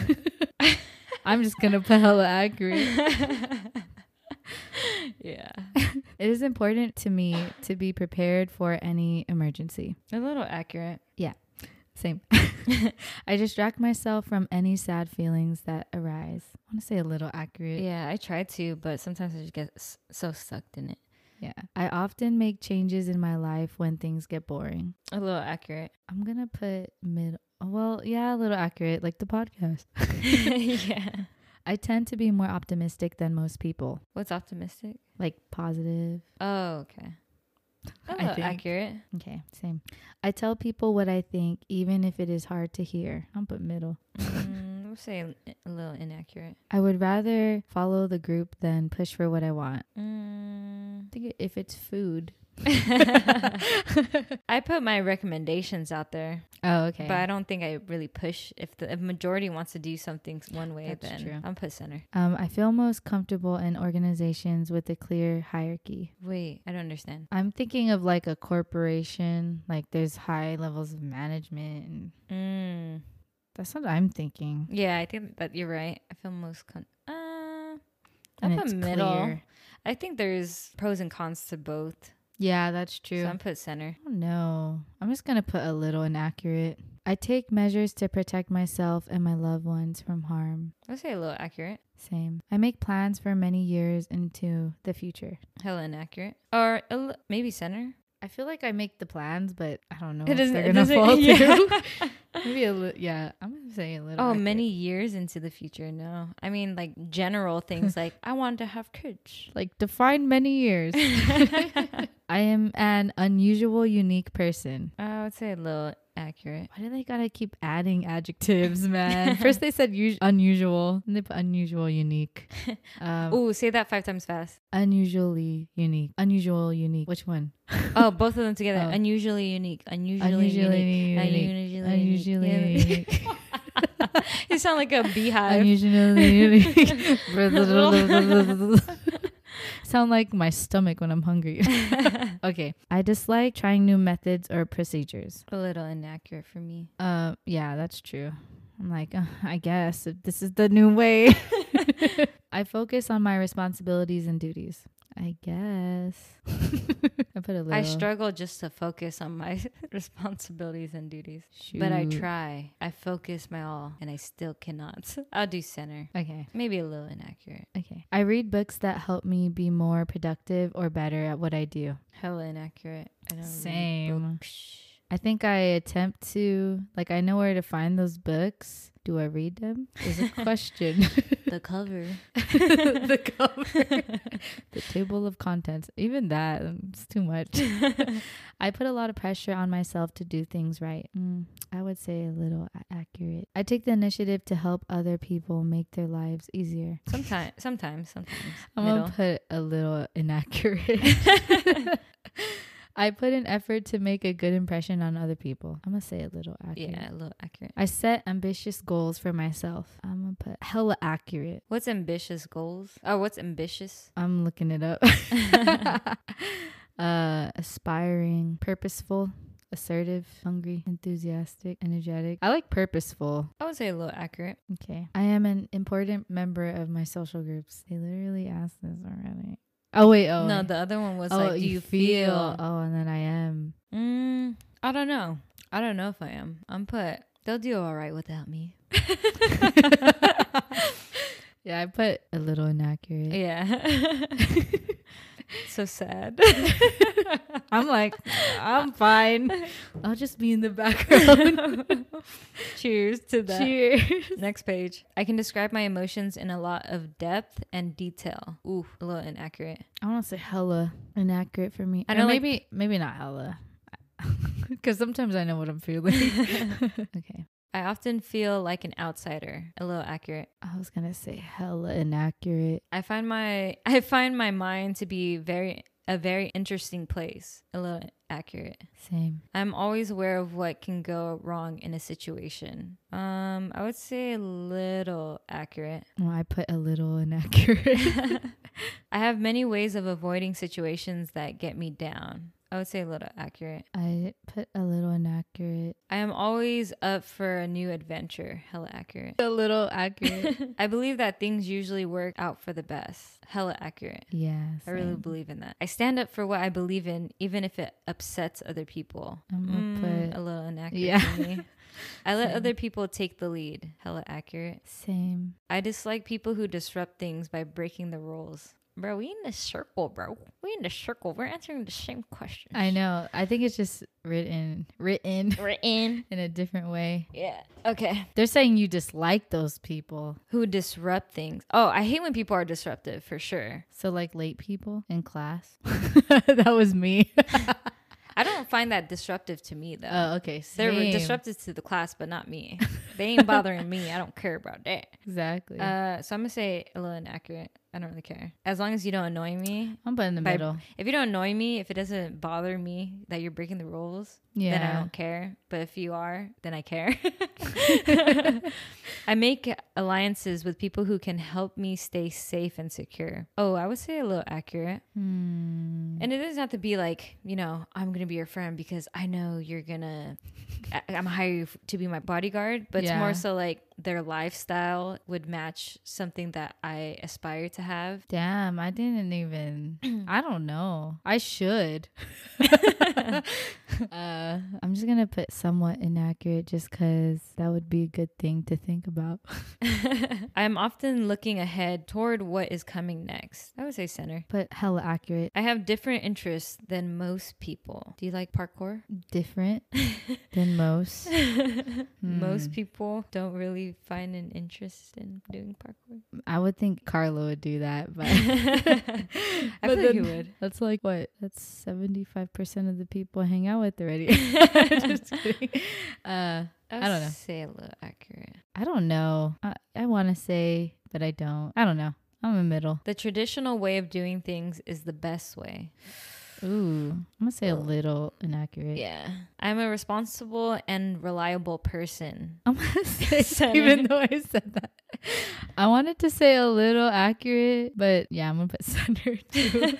B: I'm just gonna put hella accurate.
A: yeah,
B: It is important to me to be prepared for any emergency.
A: a little accurate.
B: Same. I distract myself from any sad feelings that arise. I want to say a little accurate.
A: Yeah, I try to, but sometimes I just get s- so sucked in it.
B: Yeah. I often make changes in my life when things get boring.
A: A little accurate.
B: I'm going to put mid. Well, yeah, a little accurate, like the podcast.
A: yeah.
B: I tend to be more optimistic than most people,
A: What's optimistic?
B: like positive.
A: Oh, okay. A
B: I
A: little
B: think.
A: accurate.
B: Okay, same. I tell people what I think, even if it is hard to hear. I'm put middle.
A: Mm, we'll say a little inaccurate.
B: I would rather follow the group than push for what I want.
A: Mm.
B: I think if it's food.
A: I put my recommendations out there,
B: Oh, okay.
A: but I don't think I really push. If the if majority wants to do something one way,
B: That's
A: then
B: true.
A: I'm put center.
B: Um, I feel most comfortable in organizations with a clear hierarchy.
A: Wait, I don't understand.
B: I'm thinking of like a corporation, like there's high levels of management. And
A: Mm.
B: that's what I'm thinking.
A: Yeah, I think that you're right. I feel most con. Uh,
B: And
A: I'm a
B: it's
A: middle.
B: clear.
A: I think there's pros and cons to both.
B: Yeah, that's true.
A: So I'm put center.
B: Oh no. I'm just going to put a little inaccurate. I take measures to protect myself and my loved ones from harm.
A: I'll say a little accurate.
B: Same. I make plans for many years into the future.
A: Hella inaccurate. Or a li- maybe center.
B: I feel like I make the plans, but I don't know
A: It
B: if
A: doesn't-
B: they're
A: it
B: Oh, gonna
A: doesn't-
B: fall
A: yeah.
B: through. Maybe a little. Yeah, I'm gonna say a little.
A: Oh,
B: accurate.
A: many years into the future. No, I mean like general things like I wanted to have kids.
B: Like define many years. I am an unusual, unique person.
A: I would say a little accurate.
B: Why do they gotta keep adding adjectives, man? First they said us- unusual, and they put unusual, unique, um,
A: Ooh, say that five times fast.
B: unusually unique, unusual, unique. Which one?
A: Oh, both of them together.
B: Oh.
A: Unusually unique. Unusually,
B: Unusually
A: unique.
B: unique.
A: Unusually
B: Unusually
A: unique.
B: unique.
A: you sound like a beehive.
B: unusually unique. Sound like my stomach when I'm hungry. okay. I dislike trying new methods or procedures.
A: a little inaccurate for me.
B: Uh, yeah, that's true. I'm like, uh, I guess if this is the new way. I focus on my responsibilities and duties. I guess. I put a little.
A: I struggle just to focus on my responsibilities and duties. But I
B: Shoot.
A: try. I focus my all, and I still cannot. I'll do center.
B: Okay.
A: Maybe a little inaccurate.
B: Okay. I read books that help me be more productive or better at what I do.
A: Hella inaccurate. I don't read
B: Same.
A: books.
B: I think I attempt to, like, I know where to find those books. Do I read them? Is a question.
A: The cover.
B: the cover, the table of contents, even that, um, it's too much. I put a lot of pressure on myself to do things right. Mm, I would say a little a- accurate. I take the initiative to help other people make their lives easier.
A: Sometimes, sometimes, sometimes.
B: I'm
A: Middle.
B: gonna put a little inaccurate. I put an effort to make a good impression on other people. I'm gonna say a little accurate.
A: Yeah, a little accurate.
B: I set ambitious goals for myself. I'm gonna put hella accurate.
A: What's ambitious goals? Oh, what's ambitious?
B: I'm looking it up. uh, aspiring, purposeful, assertive, hungry, enthusiastic, energetic. I like purposeful.
A: I would say a little accurate.
B: Okay. I am an important member of my social groups. They literally asked this already. Oh wait, oh
A: no,
B: wait.
A: the other one was like, do you, feel?
B: Oh, and then I am.
A: Mm, I don't know. I don't know if I am. I'm put. They'll do all right without me.
B: Yeah, I put a little inaccurate.
A: Yeah. so sad.
B: I'm like, I'm fine. I'll just be in the background.
A: Cheers to that.
B: Cheers.
A: Next page. I can describe my emotions in a lot of depth and detail. Ooh, a little inaccurate.
B: I want to say hella inaccurate for me.
A: I
B: I
A: don't
B: know
A: like-
B: maybe maybe not hella, because sometimes I know what I'm feeling. okay,
A: I often feel like an outsider, a little accurate.
B: I was gonna say hella inaccurate.
A: I find my I find my mind to be very a very interesting place, a little accurate.
B: Same.
A: I'm always aware of what can go wrong in a situation. Um, I would say a little accurate.
B: Well, I put a little inaccurate.
A: I have many ways of avoiding situations that get me down. I would say a little accurate.
B: I put a little inaccurate.
A: I am always up for a new adventure. Hella accurate.
B: A little accurate.
A: I believe that things usually work out for the best. Hella accurate.
B: yeah.
A: I really
B: same.
A: believe in that. I stand up for what I believe in, even if it upsets other people.
B: I'm gonna
A: Mm,
B: put
A: a little inaccurate
B: Yeah.
A: for me. I let other people take the lead. Hella accurate.
B: same.
A: I dislike people who disrupt things by breaking the rules. Bro, we in the circle, bro. We in the circle. We're answering the same question.
B: I know. I think it's just written written
A: We're in.
B: in a different way.
A: Yeah. Okay.
B: They're saying you dislike those people.
A: Who disrupt things? Oh, I hate when people are disruptive for sure.
B: So like late people in class. that was me.
A: I don't find that disruptive to me though.
B: oh, okay.
A: They're
B: same.
A: disruptive to the class, but not me. They ain't bothering me. I don't care about that.
B: Exactly.
A: Uh, so I'm gonna say a little inaccurate. I don't really care. As long as you don't annoy me.
B: I'm putting the
A: by-
B: middle.
A: If you don't annoy me, if it doesn't bother me that you're breaking the rules,
B: Yeah.
A: then I don't care. But if you are, then I care. I make alliances with people who can help me stay safe and secure. Oh, I would say a little accurate.
B: Hmm.
A: And it doesn't have to be like, you know, I'm going to be your friend because I know you're going to, I'm going to hire you f- to be my bodyguard. But it's
B: Yeah.
A: more so like their lifestyle would match something that I aspire to have.
B: Damn, I didn't even. I don't know. I should. uh, I'm just gonna put somewhat inaccurate, just cause that would be a good thing to think about.
A: I'm often looking ahead toward what is coming next. I would say center.
B: But hella accurate,
A: I have different interests than most people. Do you like parkour?
B: different than most. Hmm.
A: Most people don't really find an interest in doing parkour.
B: I would think Carla would do that, but
A: I
B: But
A: feel like
B: then-
A: you would.
B: that's like what? That's seventy five percent of the people I hang out with already. just kidding. Uh,
A: I,
B: don't know.
A: Say a little accurate.
B: I don't know. I, I want to say, but I don't. I don't know. I'm in the middle.
A: The traditional way of doing things is the best way.
B: Ooh, I'm gonna say a
A: Ugh.
B: little inaccurate.
A: Yeah. I'm a responsible and reliable person.
B: I'm gonna say,
A: Center.
B: even though I said that, I wanted to say a little accurate, but yeah, I'm gonna put center too.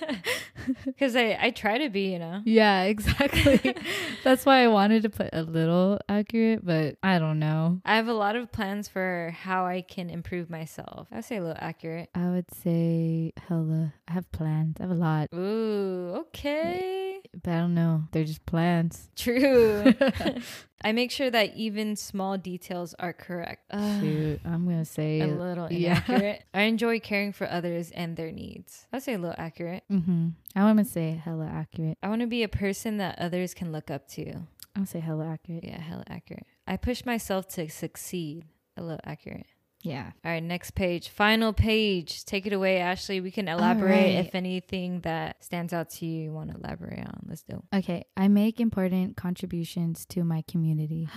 A: Because I, I try to be, you know.
B: yeah, exactly. That's why I wanted to put a little accurate, but I don't know.
A: I have a lot of plans for how I can improve myself. I would say a little accurate.
B: I would say hella. I have plans. I have a lot,
A: Ooh, okay.
B: but I don't know. They're just plans.
A: True. I make sure that even small details are correct. Ugh,
B: Shoot, I'm gonna say
A: a little
B: Yeah.
A: inaccurate. I enjoy caring for others and their needs. I'd say a little accurate.
B: Mm-hmm. I want to say hella accurate.
A: I want to be a person that others can look up to.
B: I'll say hella accurate.
A: Yeah, hella accurate. I push myself to succeed. A little accurate.
B: Yeah.
A: All right, next page. Final page. Take it away, Ashley. We can elaborate
B: right.
A: if anything that stands out to you you want to elaborate on. Let's do.
B: Okay. I make important contributions to my community.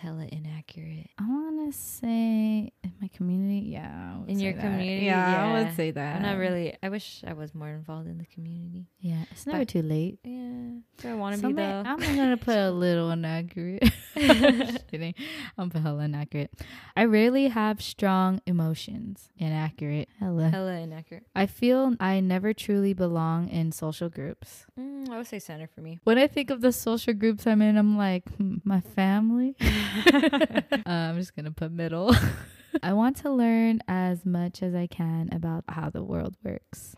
A: Hella inaccurate.
B: I want to say in my community. Yeah. I would
A: In
B: say
A: your
B: that.
A: community,
B: I
A: yeah.
B: would say that.
A: I'm not really. I wish I was more involved in the community.
B: Yeah. It's never
A: But-
B: too late.
A: Yeah, do I want to
B: So
A: be
B: I'm,
A: though?
B: gonna- I'm gonna put a little inaccurate. Just kidding. I'm gonna put hella inaccurate. I rarely have strong emotions. Inaccurate. Hella.
A: Hella inaccurate.
B: I feel I never truly belong in social groups.
A: Mm, I would say center for me.
B: when I think of the social groups I'm in, I'm like, hmm, my family. Uh, I'm just going to put middle. I want to learn as much as I can about how the world works.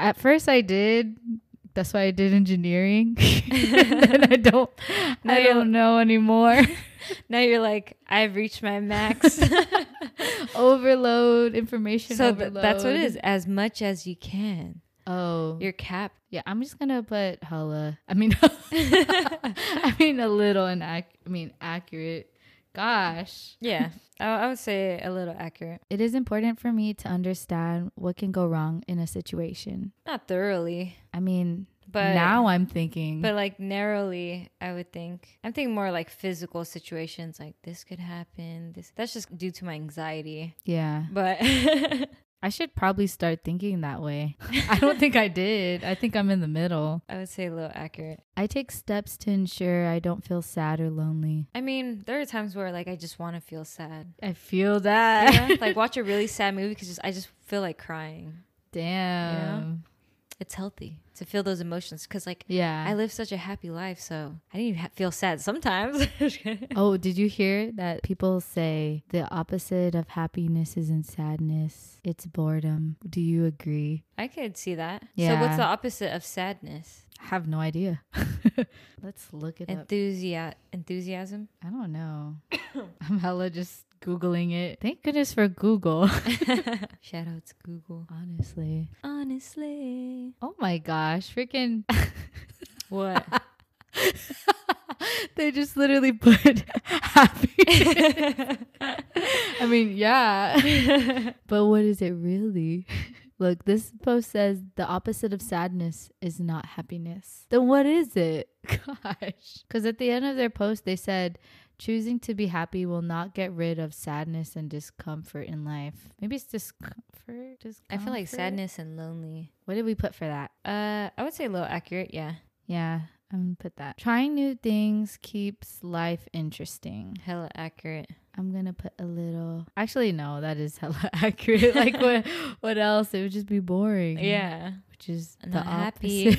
B: At first, I did. That's why I did engineering. and I don't,
A: No,
B: I
A: you're-
B: don't know anymore.
A: Now you're like, I've reached my max.
B: overload, information
A: so th-
B: overload.
A: that's what it is. As much as you can.
B: Oh,
A: Your cap.
B: yeah. I'm just gonna put hella. I mean, I mean a little inac. I mean accurate. Gosh.
A: Yeah, I, I would say a little accurate.
B: It is important for me to understand what can go wrong in a situation.
A: Not thoroughly,
B: I mean,
A: but, But
B: now I'm thinking.
A: But like narrowly, I would think. I'm thinking more like physical situations, like this could happen. This that's just due to my anxiety.
B: yeah.
A: But
B: I should probably start thinking that way. I don't think I did. I think I'm in the middle.
A: I would say a little accurate.
B: I take steps to ensure I don't feel sad or lonely.
A: I mean, there are times where like I just want to feel sad.
B: I feel that.
A: Yeah? like watch a really sad movie because just I just feel like crying.
B: Damn.
A: It's healthy to feel those emotions because like
B: Yeah.
A: I live such a happy life, so I didn't even ha- feel sad sometimes.
B: oh, did you hear that people say the opposite of happiness isn't sadness? It's boredom. Do you agree?
A: I could see that. So
B: Yeah.
A: what's the opposite of sadness?
B: I have no idea. Let's look it up.
A: Enthusia- enthusiasm.
B: I don't know. I'm hella just Googling it. Thank goodness for Google.
A: Shout out to Google.
B: Honestly.
A: Honestly.
B: Oh my gosh. Freaking.
A: What?
B: they just literally put happy. I mean, yeah. but what is it really? Look, this post says the opposite of sadness is not happiness. Then what is it? Gosh. Because at the end of their post, they said, choosing to be happy will not get rid of sadness and discomfort in life. Maybe it's discomfort? discomfort?
A: I feel like sadness and lonely.
B: What did we put for that?
A: Uh, I would say low accurate. Yeah,
B: Yeah, I'm gonna put that. Trying new things keeps life interesting.
A: hella accurate.
B: I'm gonna put a little. Actually, no, that is hella accurate. Like what? What else? It would just be
A: Mm-hmm.
B: boring.
A: Yeah,
B: which is
A: I'm
B: the
A: not happy.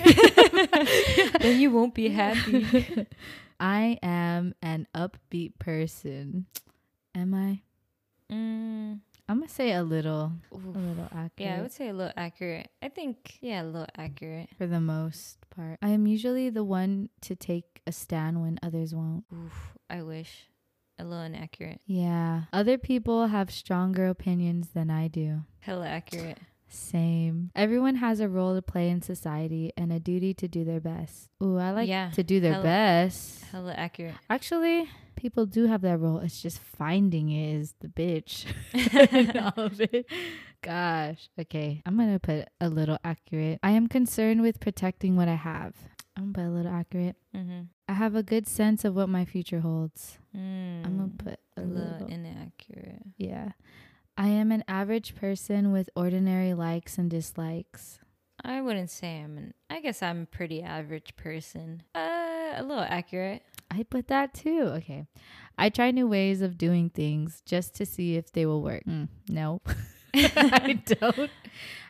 B: opposite.
A: then you won't be happy.
B: I am an upbeat person. Am I?
A: Mm,
B: I'm gonna say a little,
A: oof.
B: a little accurate
A: yeah, I would say low accurate. I think yeah, low accurate.
B: for the most part. I am usually the one to take a stand when others won't.
A: Oof, I wish a little inaccurate.
B: Yeah, other people have stronger opinions than I do.
A: Hella accurate.
B: Same. Everyone has a role to play in society and a duty to do their best. Ooh, I like
A: Yeah.
B: to do their
A: Hell-
B: best.
A: Hella accurate.
B: Actually, people do have that role. It's just finding it is the bitch. in all of it. Gosh. Okay, I'm gonna put a little accurate. I am concerned with protecting what I have. I'm gonna put a little accurate.
A: Mm-hmm.
B: I have a good sense of what my future holds.
A: Mm,
B: I'm gonna put
A: a
B: a little.
A: little inaccurate.
B: yeah. I am an average person with ordinary likes and dislikes.
A: I wouldn't say I'm an. I guess I'm a pretty average person. Uh, a little accurate.
B: I put that too. Okay. I try new ways of doing things just to see if they will work. Mm, no, I don't.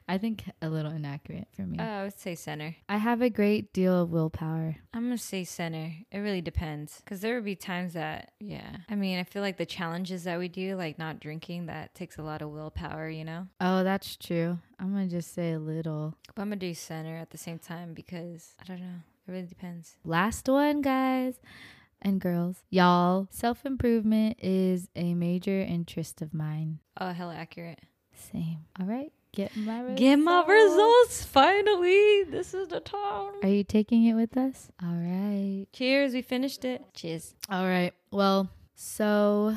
B: I think a little inaccurate for me.
A: Uh, I would say center.
B: I have a great deal of willpower.
A: I'm gonna say center. It really depends, cause there would be times that, yeah. I mean, I feel like the challenges that we do, like not drinking, that takes a lot of willpower, you know.
B: Oh, that's true. I'm going to just say a little.
A: But I'm gonna do center at the same time because I don't know. It really depends.
B: Last one, guys and girls. Y'all, self improvement is a major interest of mine.
A: Oh, hella accurate.
B: Same. All right. Get my results.
A: Get my results finally. This is the time.
B: Are you taking it with us? All right.
A: Cheers. We finished it. Cheers.
B: All right. Well, so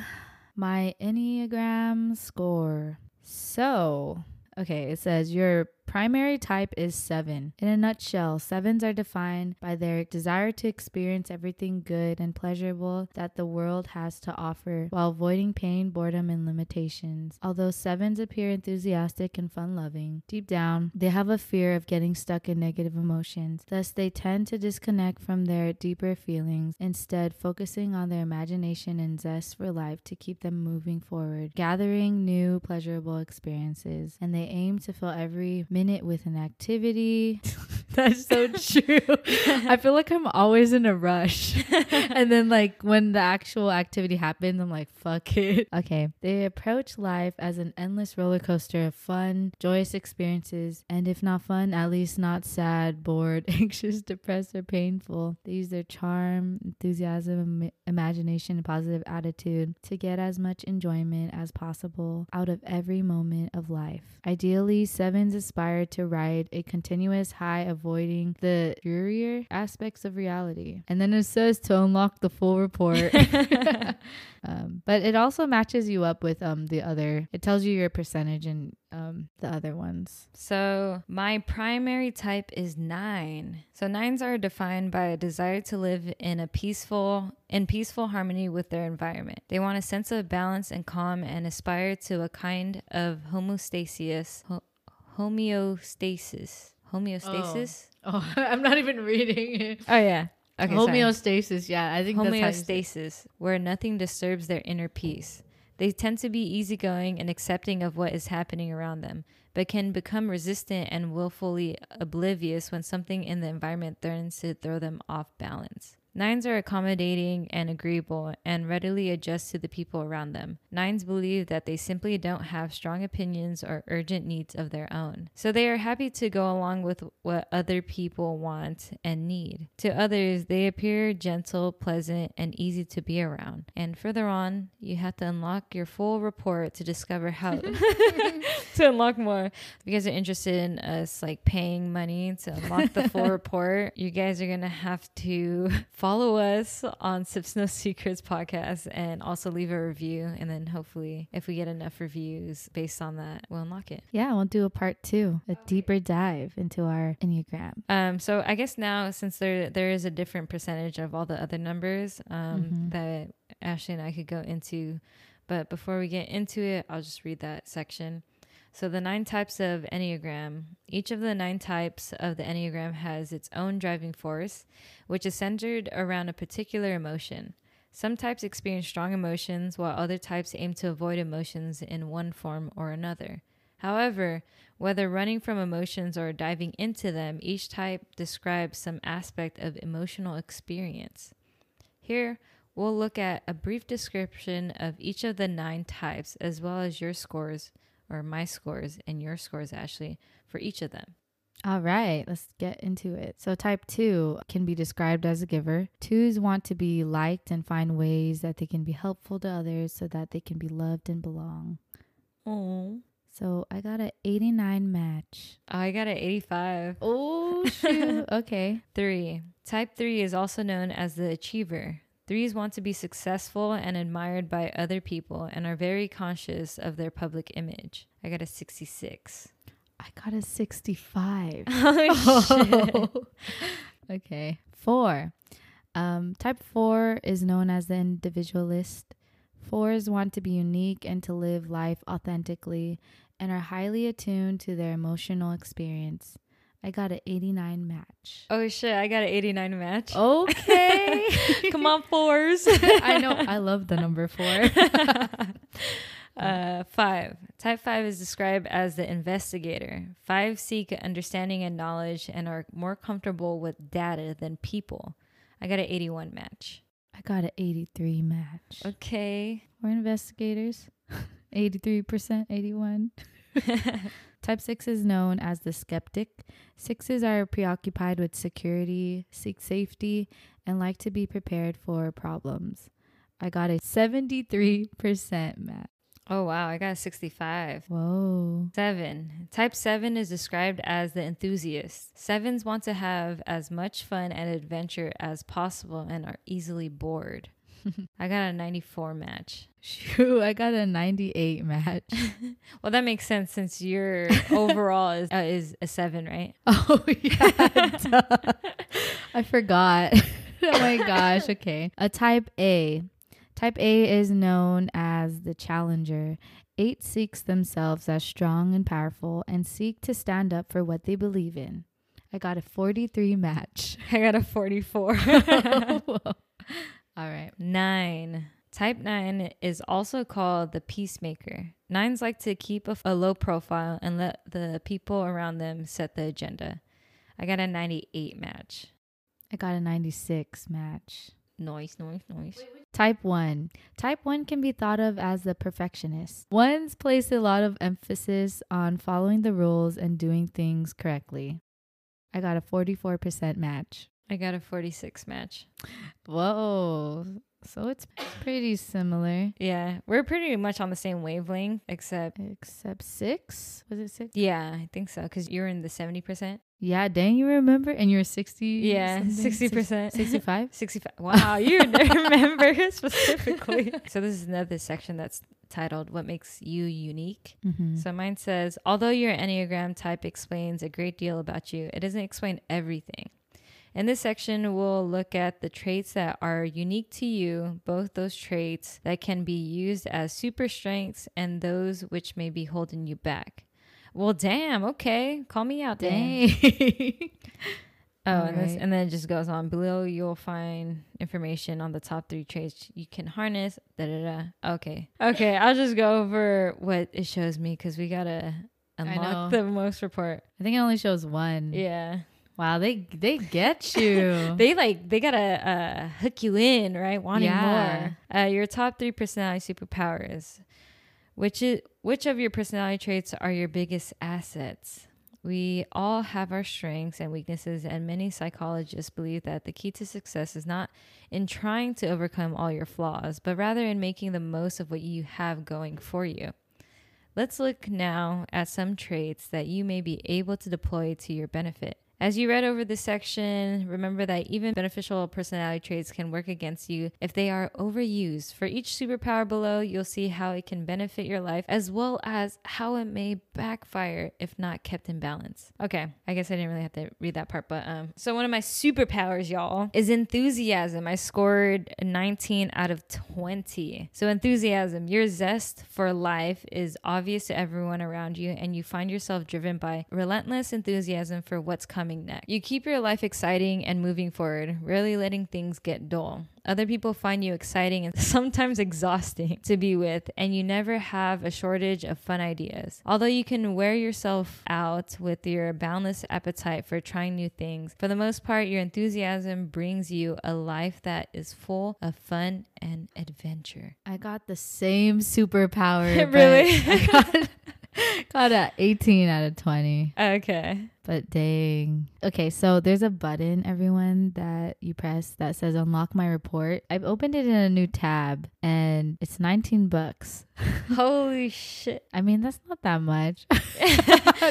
B: my Enneagram score. So, okay, it says your primary type is seven. In a nutshell, sevens are defined by their desire to experience everything good and pleasurable that the world has to offer while avoiding pain, boredom, and limitations. Although sevens appear enthusiastic and fun loving, deep down, they have a fear of getting stuck in negative emotions. Thus, they tend to disconnect from their deeper feelings, instead, focusing on their imagination and zest for life to keep them moving forward, gathering new pleasurable experiences. And they aim to fill every minute with an activity. That's so true. I feel like I'm always in a rush. and then, like, when the actual activity happens, I'm like, fuck it. Okay. They approach life as an endless roller coaster of fun, joyous experiences, and if not fun, at least not sad, bored, anxious, depressed, or painful. They use their charm, enthusiasm, im- imagination, and positive attitude to get as much enjoyment as possible out of every moment of life. Ideally, sevens aspire to ride a continuous high of avoiding the drearier aspects of reality. And then it says to unlock the full report. um, but it also matches you up with um the other. It tells you your percentage and um the other ones.
A: So, my primary type is nine. So, nines are defined by a desire to live in a peaceful, in peaceful harmony with their environment. They want a sense of balance and calm and aspire to a kind of homostasis, ho- homeostasis. Homeostasis?
B: Oh, I'm not even reading it.
A: Oh, yeah. Okay, sorry.
B: Homeostasis, yeah. I think that's how you say-
A: homeostasis, where nothing disturbs their inner peace. They tend to be easygoing and accepting of what is happening around them, but can become resistant and willfully oblivious when something in the environment threatens to throw them off balance. Nines are accommodating and agreeable and readily adjust to the people around them. Nines believe that they simply don't have strong opinions or urgent needs of their own. So they are happy to go along with what other people want and need. To others, they appear gentle, pleasant, and easy to be around. And further on, you have to unlock your full report to discover how to unlock more. If you guys are interested in us like paying money to unlock the full report, you guys are gonna have to follow us on Sips No Secrets podcast and also leave a review. And then hopefully, if we get enough reviews based on that, we'll unlock it.
B: Yeah, we'll do a part two, a deeper dive into our Enneagram.
A: Um, so I guess now since there there is a different percentage of all the other numbers um,
B: Mhm.
A: that Ashley and I could go into, but before we get into it, I'll just read that section. So the nine types of Enneagram. Each of the nine types of the Enneagram has its own driving force, which is centered around a particular emotion. Some types experience strong emotions, while other types aim to avoid emotions in one form or another. However, whether running from emotions or diving into them, each type describes some aspect of emotional experience. Here, we'll look at a brief description of each of the nine types, as well as your scores, or my scores and your scores, Ashley, for each of them.
B: All right, let's get into it. So, type two can be described as a giver. Twos want to be liked and find ways that they can be helpful to others so that they can be loved and belong.
A: Oh,
B: So, I got an 89 match.
A: I got an 85.
B: Oh, shoot. okay.
A: Three. Type three is also known as the achiever. Threes want to be successful and admired by other people and are very conscious of their public image. I got a 66.
B: I got a 65.
A: Oh, shit.
B: okay. Four. Um, type four is known as the individualist. Fours want to be unique and to live life authentically and are highly attuned to their emotional experience. I got an 89 match.
A: Oh shit, I got an 89 match.
B: Oh, Okay.
A: Come on, fours.
B: I know. I love the number four.
A: Uh, five. Type five is described as the investigator. Five seek understanding and knowledge and are more comfortable with data than people. I got an 81 match.
B: I got an 83 match.
A: Okay.
B: We're investigators. 83%, 81. Type 6 is known as the skeptic. Sixes are preoccupied with security, seek safety, and like to be prepared for problems. I got a 73% match.
A: Oh wow, I got a 65.
B: Whoa.
A: Seven. Type seven is described as the enthusiast. Sevens want to have as much fun and adventure as possible and are easily bored. I got a 94 match.
B: Shoo, I got a 98 match.
A: Well, that makes sense since your overall is, uh, is a seven, right?
B: oh, yeah. duh. I forgot. oh my gosh. Okay. A type A. Type A is known as the challenger. Eight seeks themselves as strong and powerful and seek to stand up for what they believe in. I got a 43 match.
A: I got a 44.
B: All right.
A: Nine. Type 9 is also called the peacemaker. Nines like to keep a, a low profile and let the people around them set the agenda. I got a 98 match.
B: I got a 96 match.
A: Noise, noise, noise.
B: Type 1. Type 1 can be thought of as the perfectionist. One's placed a lot of emphasis on following the rules and doing things correctly. I got a 44% match.
A: I got a 46 match.
B: Whoa. So it's pretty similar.
A: Yeah, we're pretty much on the same wavelength, except
B: Except six. Was it six?
A: yeah, I think so because you're in the seventy percent.
B: Yeah, dang, you remember? And you're 60.
A: Yeah, sixty percent.
B: 65?
A: 65. Wow, you remember specifically. So, this is another section that's titled What Makes You Unique.
B: Mm-hmm.
A: So, mine says, although your Enneagram type explains a great deal about you, it doesn't explain everything. In this section, we'll look at the traits that are unique to you, both those traits that can be used as super strengths and those which may be holding you back. Well, damn, okay. Call me out, then.
B: Dang.
A: Oh, and, this,
B: Alright.
A: and then it just goes on. Below, you'll find information on the top three traits you can harness. Da da da. Okay, okay. I'll just go over what it shows me because we gotta unlock
B: know.
A: the
B: Mm.
A: most report.
B: I think it only shows one.
A: Yeah,
B: Wow, they they get you.
A: they like they gotta uh, hook you in, right? Wanting
B: Yeah.
A: more. Uh, your top three personality superpowers. Which is which of your personality traits are your biggest assets? We all have our strengths and weaknesses, and many psychologists believe that the key to success is not in trying to overcome all your flaws, but rather in making the most of what you have going for you. Let's look now at some traits that you may be able to deploy to your benefit. As you read over this section, remember that even beneficial personality traits can work against you if they are overused. For each superpower below, you'll see how it can benefit your life as well as how it may backfire if not kept in balance. Okay, I guess I didn't really have to read that part, but um so one of my superpowers, y'all, is enthusiasm. I scored a 19 out of 20. So enthusiasm, your zest for life is obvious to everyone around you and you find yourself driven by relentless enthusiasm for what's coming next. You keep your life exciting and moving forward, rarely letting things get dull. Other people find you exciting and sometimes exhausting to be with, and you never have a shortage of fun ideas. Although you can wear yourself out with your boundless appetite for trying new things, for the most part, your enthusiasm brings you a life that is full of fun and adventure.
B: I got the same superpower. but
A: Really?
B: I got, got a 18 out of 20.
A: Okay.
B: But dang. Okay, so there's a button, everyone, that you press that says unlock my report. I've opened it in a new tab and it's 19 bucks.
A: Holy shit.
B: I mean, that's not that much.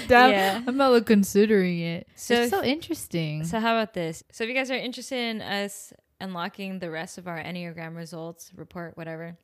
A: Yeah.
B: I'm not like, considering it.
A: So
B: it's
A: if-
B: so interesting.
A: So how about this? So if you guys are interested in us unlocking the rest of our Enneagram results, report, whatever,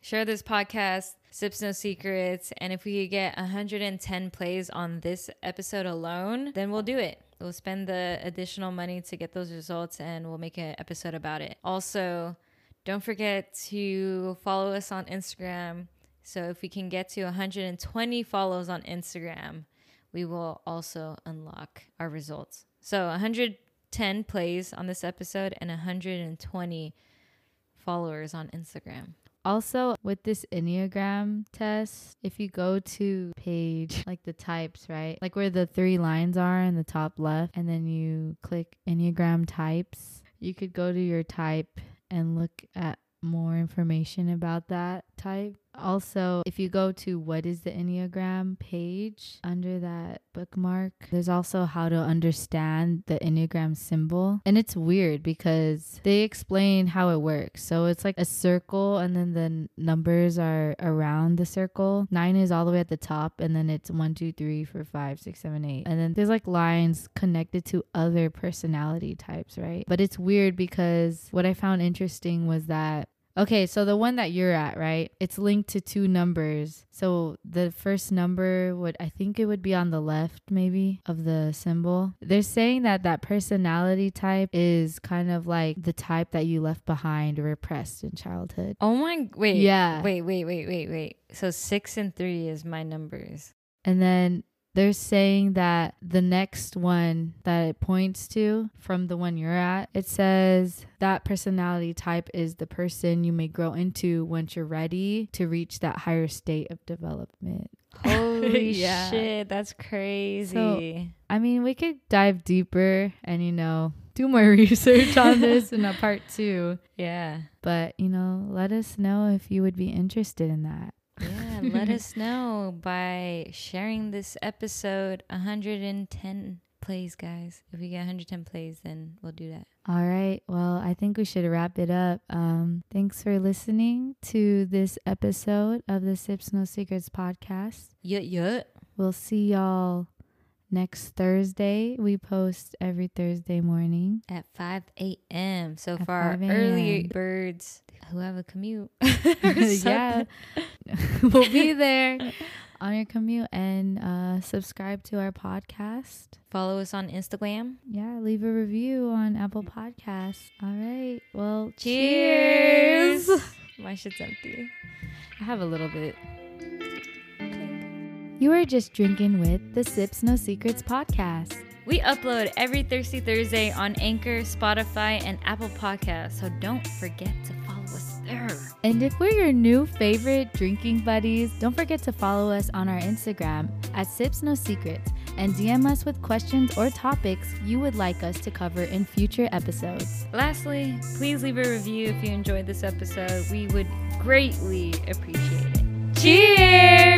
A: share this podcast, Sips No Secrets, and if we could get 110 plays on this episode alone, then we'll do it. We'll spend the additional money to get those results and we'll make an episode about it. Also, don't forget to follow us on Instagram. So if we can get to 120 follows on Instagram, we will also unlock our results. So 110 plays on this episode and 120 followers on Instagram.
B: Also, with this Enneagram test, if you go to page like the types, right? Like where the three lines are in the top left, and then you click Enneagram types, you could go to your type and look at more information about that type. Also, if you go to what is the Enneagram page under that bookmark, there's also how to understand the Enneagram symbol. And it's weird because they explain how it works. So it's like a circle, and then the n- numbers are around the circle. Nine is all the way at the top, and then it's one, two, three, four, five, six, seven, eight. And then there's like lines connected to other personality types, right? But it's weird because what I found interesting was that Okay, so the one that you're at, right? It's linked to two numbers. So the first number would, I think it would be on the left, maybe, of the symbol. They're saying that that personality type is kind of like the type that you left behind, repressed in childhood.
A: Oh my wait.
B: Yeah.
A: Wait, wait, wait, wait, wait. So 6 and 3 is my numbers.
B: And then they're saying that the next one that it points to from the one you're at, it says that personality type is the person you may grow into once you're ready to reach that higher state of development.
A: Holy
B: Yeah.
A: shit, that's crazy.
B: I mean, we could dive deeper and, you know, do more research on this in a part two.
A: yeah.
B: But, you know, let us know if you would be interested in that.
A: Yeah, let us know by sharing this episode 110 plays, guys. If we get 110 plays, then we'll do that.
B: All right. Well, I think we should wrap it up. Um, thanks for listening to this episode of the Sips No Secrets podcast.
A: Yeah, yeah.
B: We'll see y'all next Thursday. We post every Thursday morning.
A: At 5 a.m. So
B: At
A: for our
B: 5 a.m..
A: early birds who have a commute, or
B: yeah.
A: something.
B: we'll be there on your commute and uh, subscribe to our podcast.
A: Follow us on Instagram.
B: Yeah, leave a review on Apple Podcasts. All right. Well,
A: Cheers.
B: cheers.
A: My shit's empty.
B: I have a little bit.
A: Clink.
B: You are just drinking with the Sips No Secrets podcast.
A: We upload every Thirsty Thursday on Anchor, Spotify, and Apple Podcasts, so don't forget to follow us there.
B: And if we're your new favorite drinking buddies, don't forget to follow us on our Instagram at Sips No Secrets and DM us with questions or topics you would like us to cover in future episodes.
A: Lastly, please leave a review if you enjoyed this episode. We would greatly appreciate it. Cheers!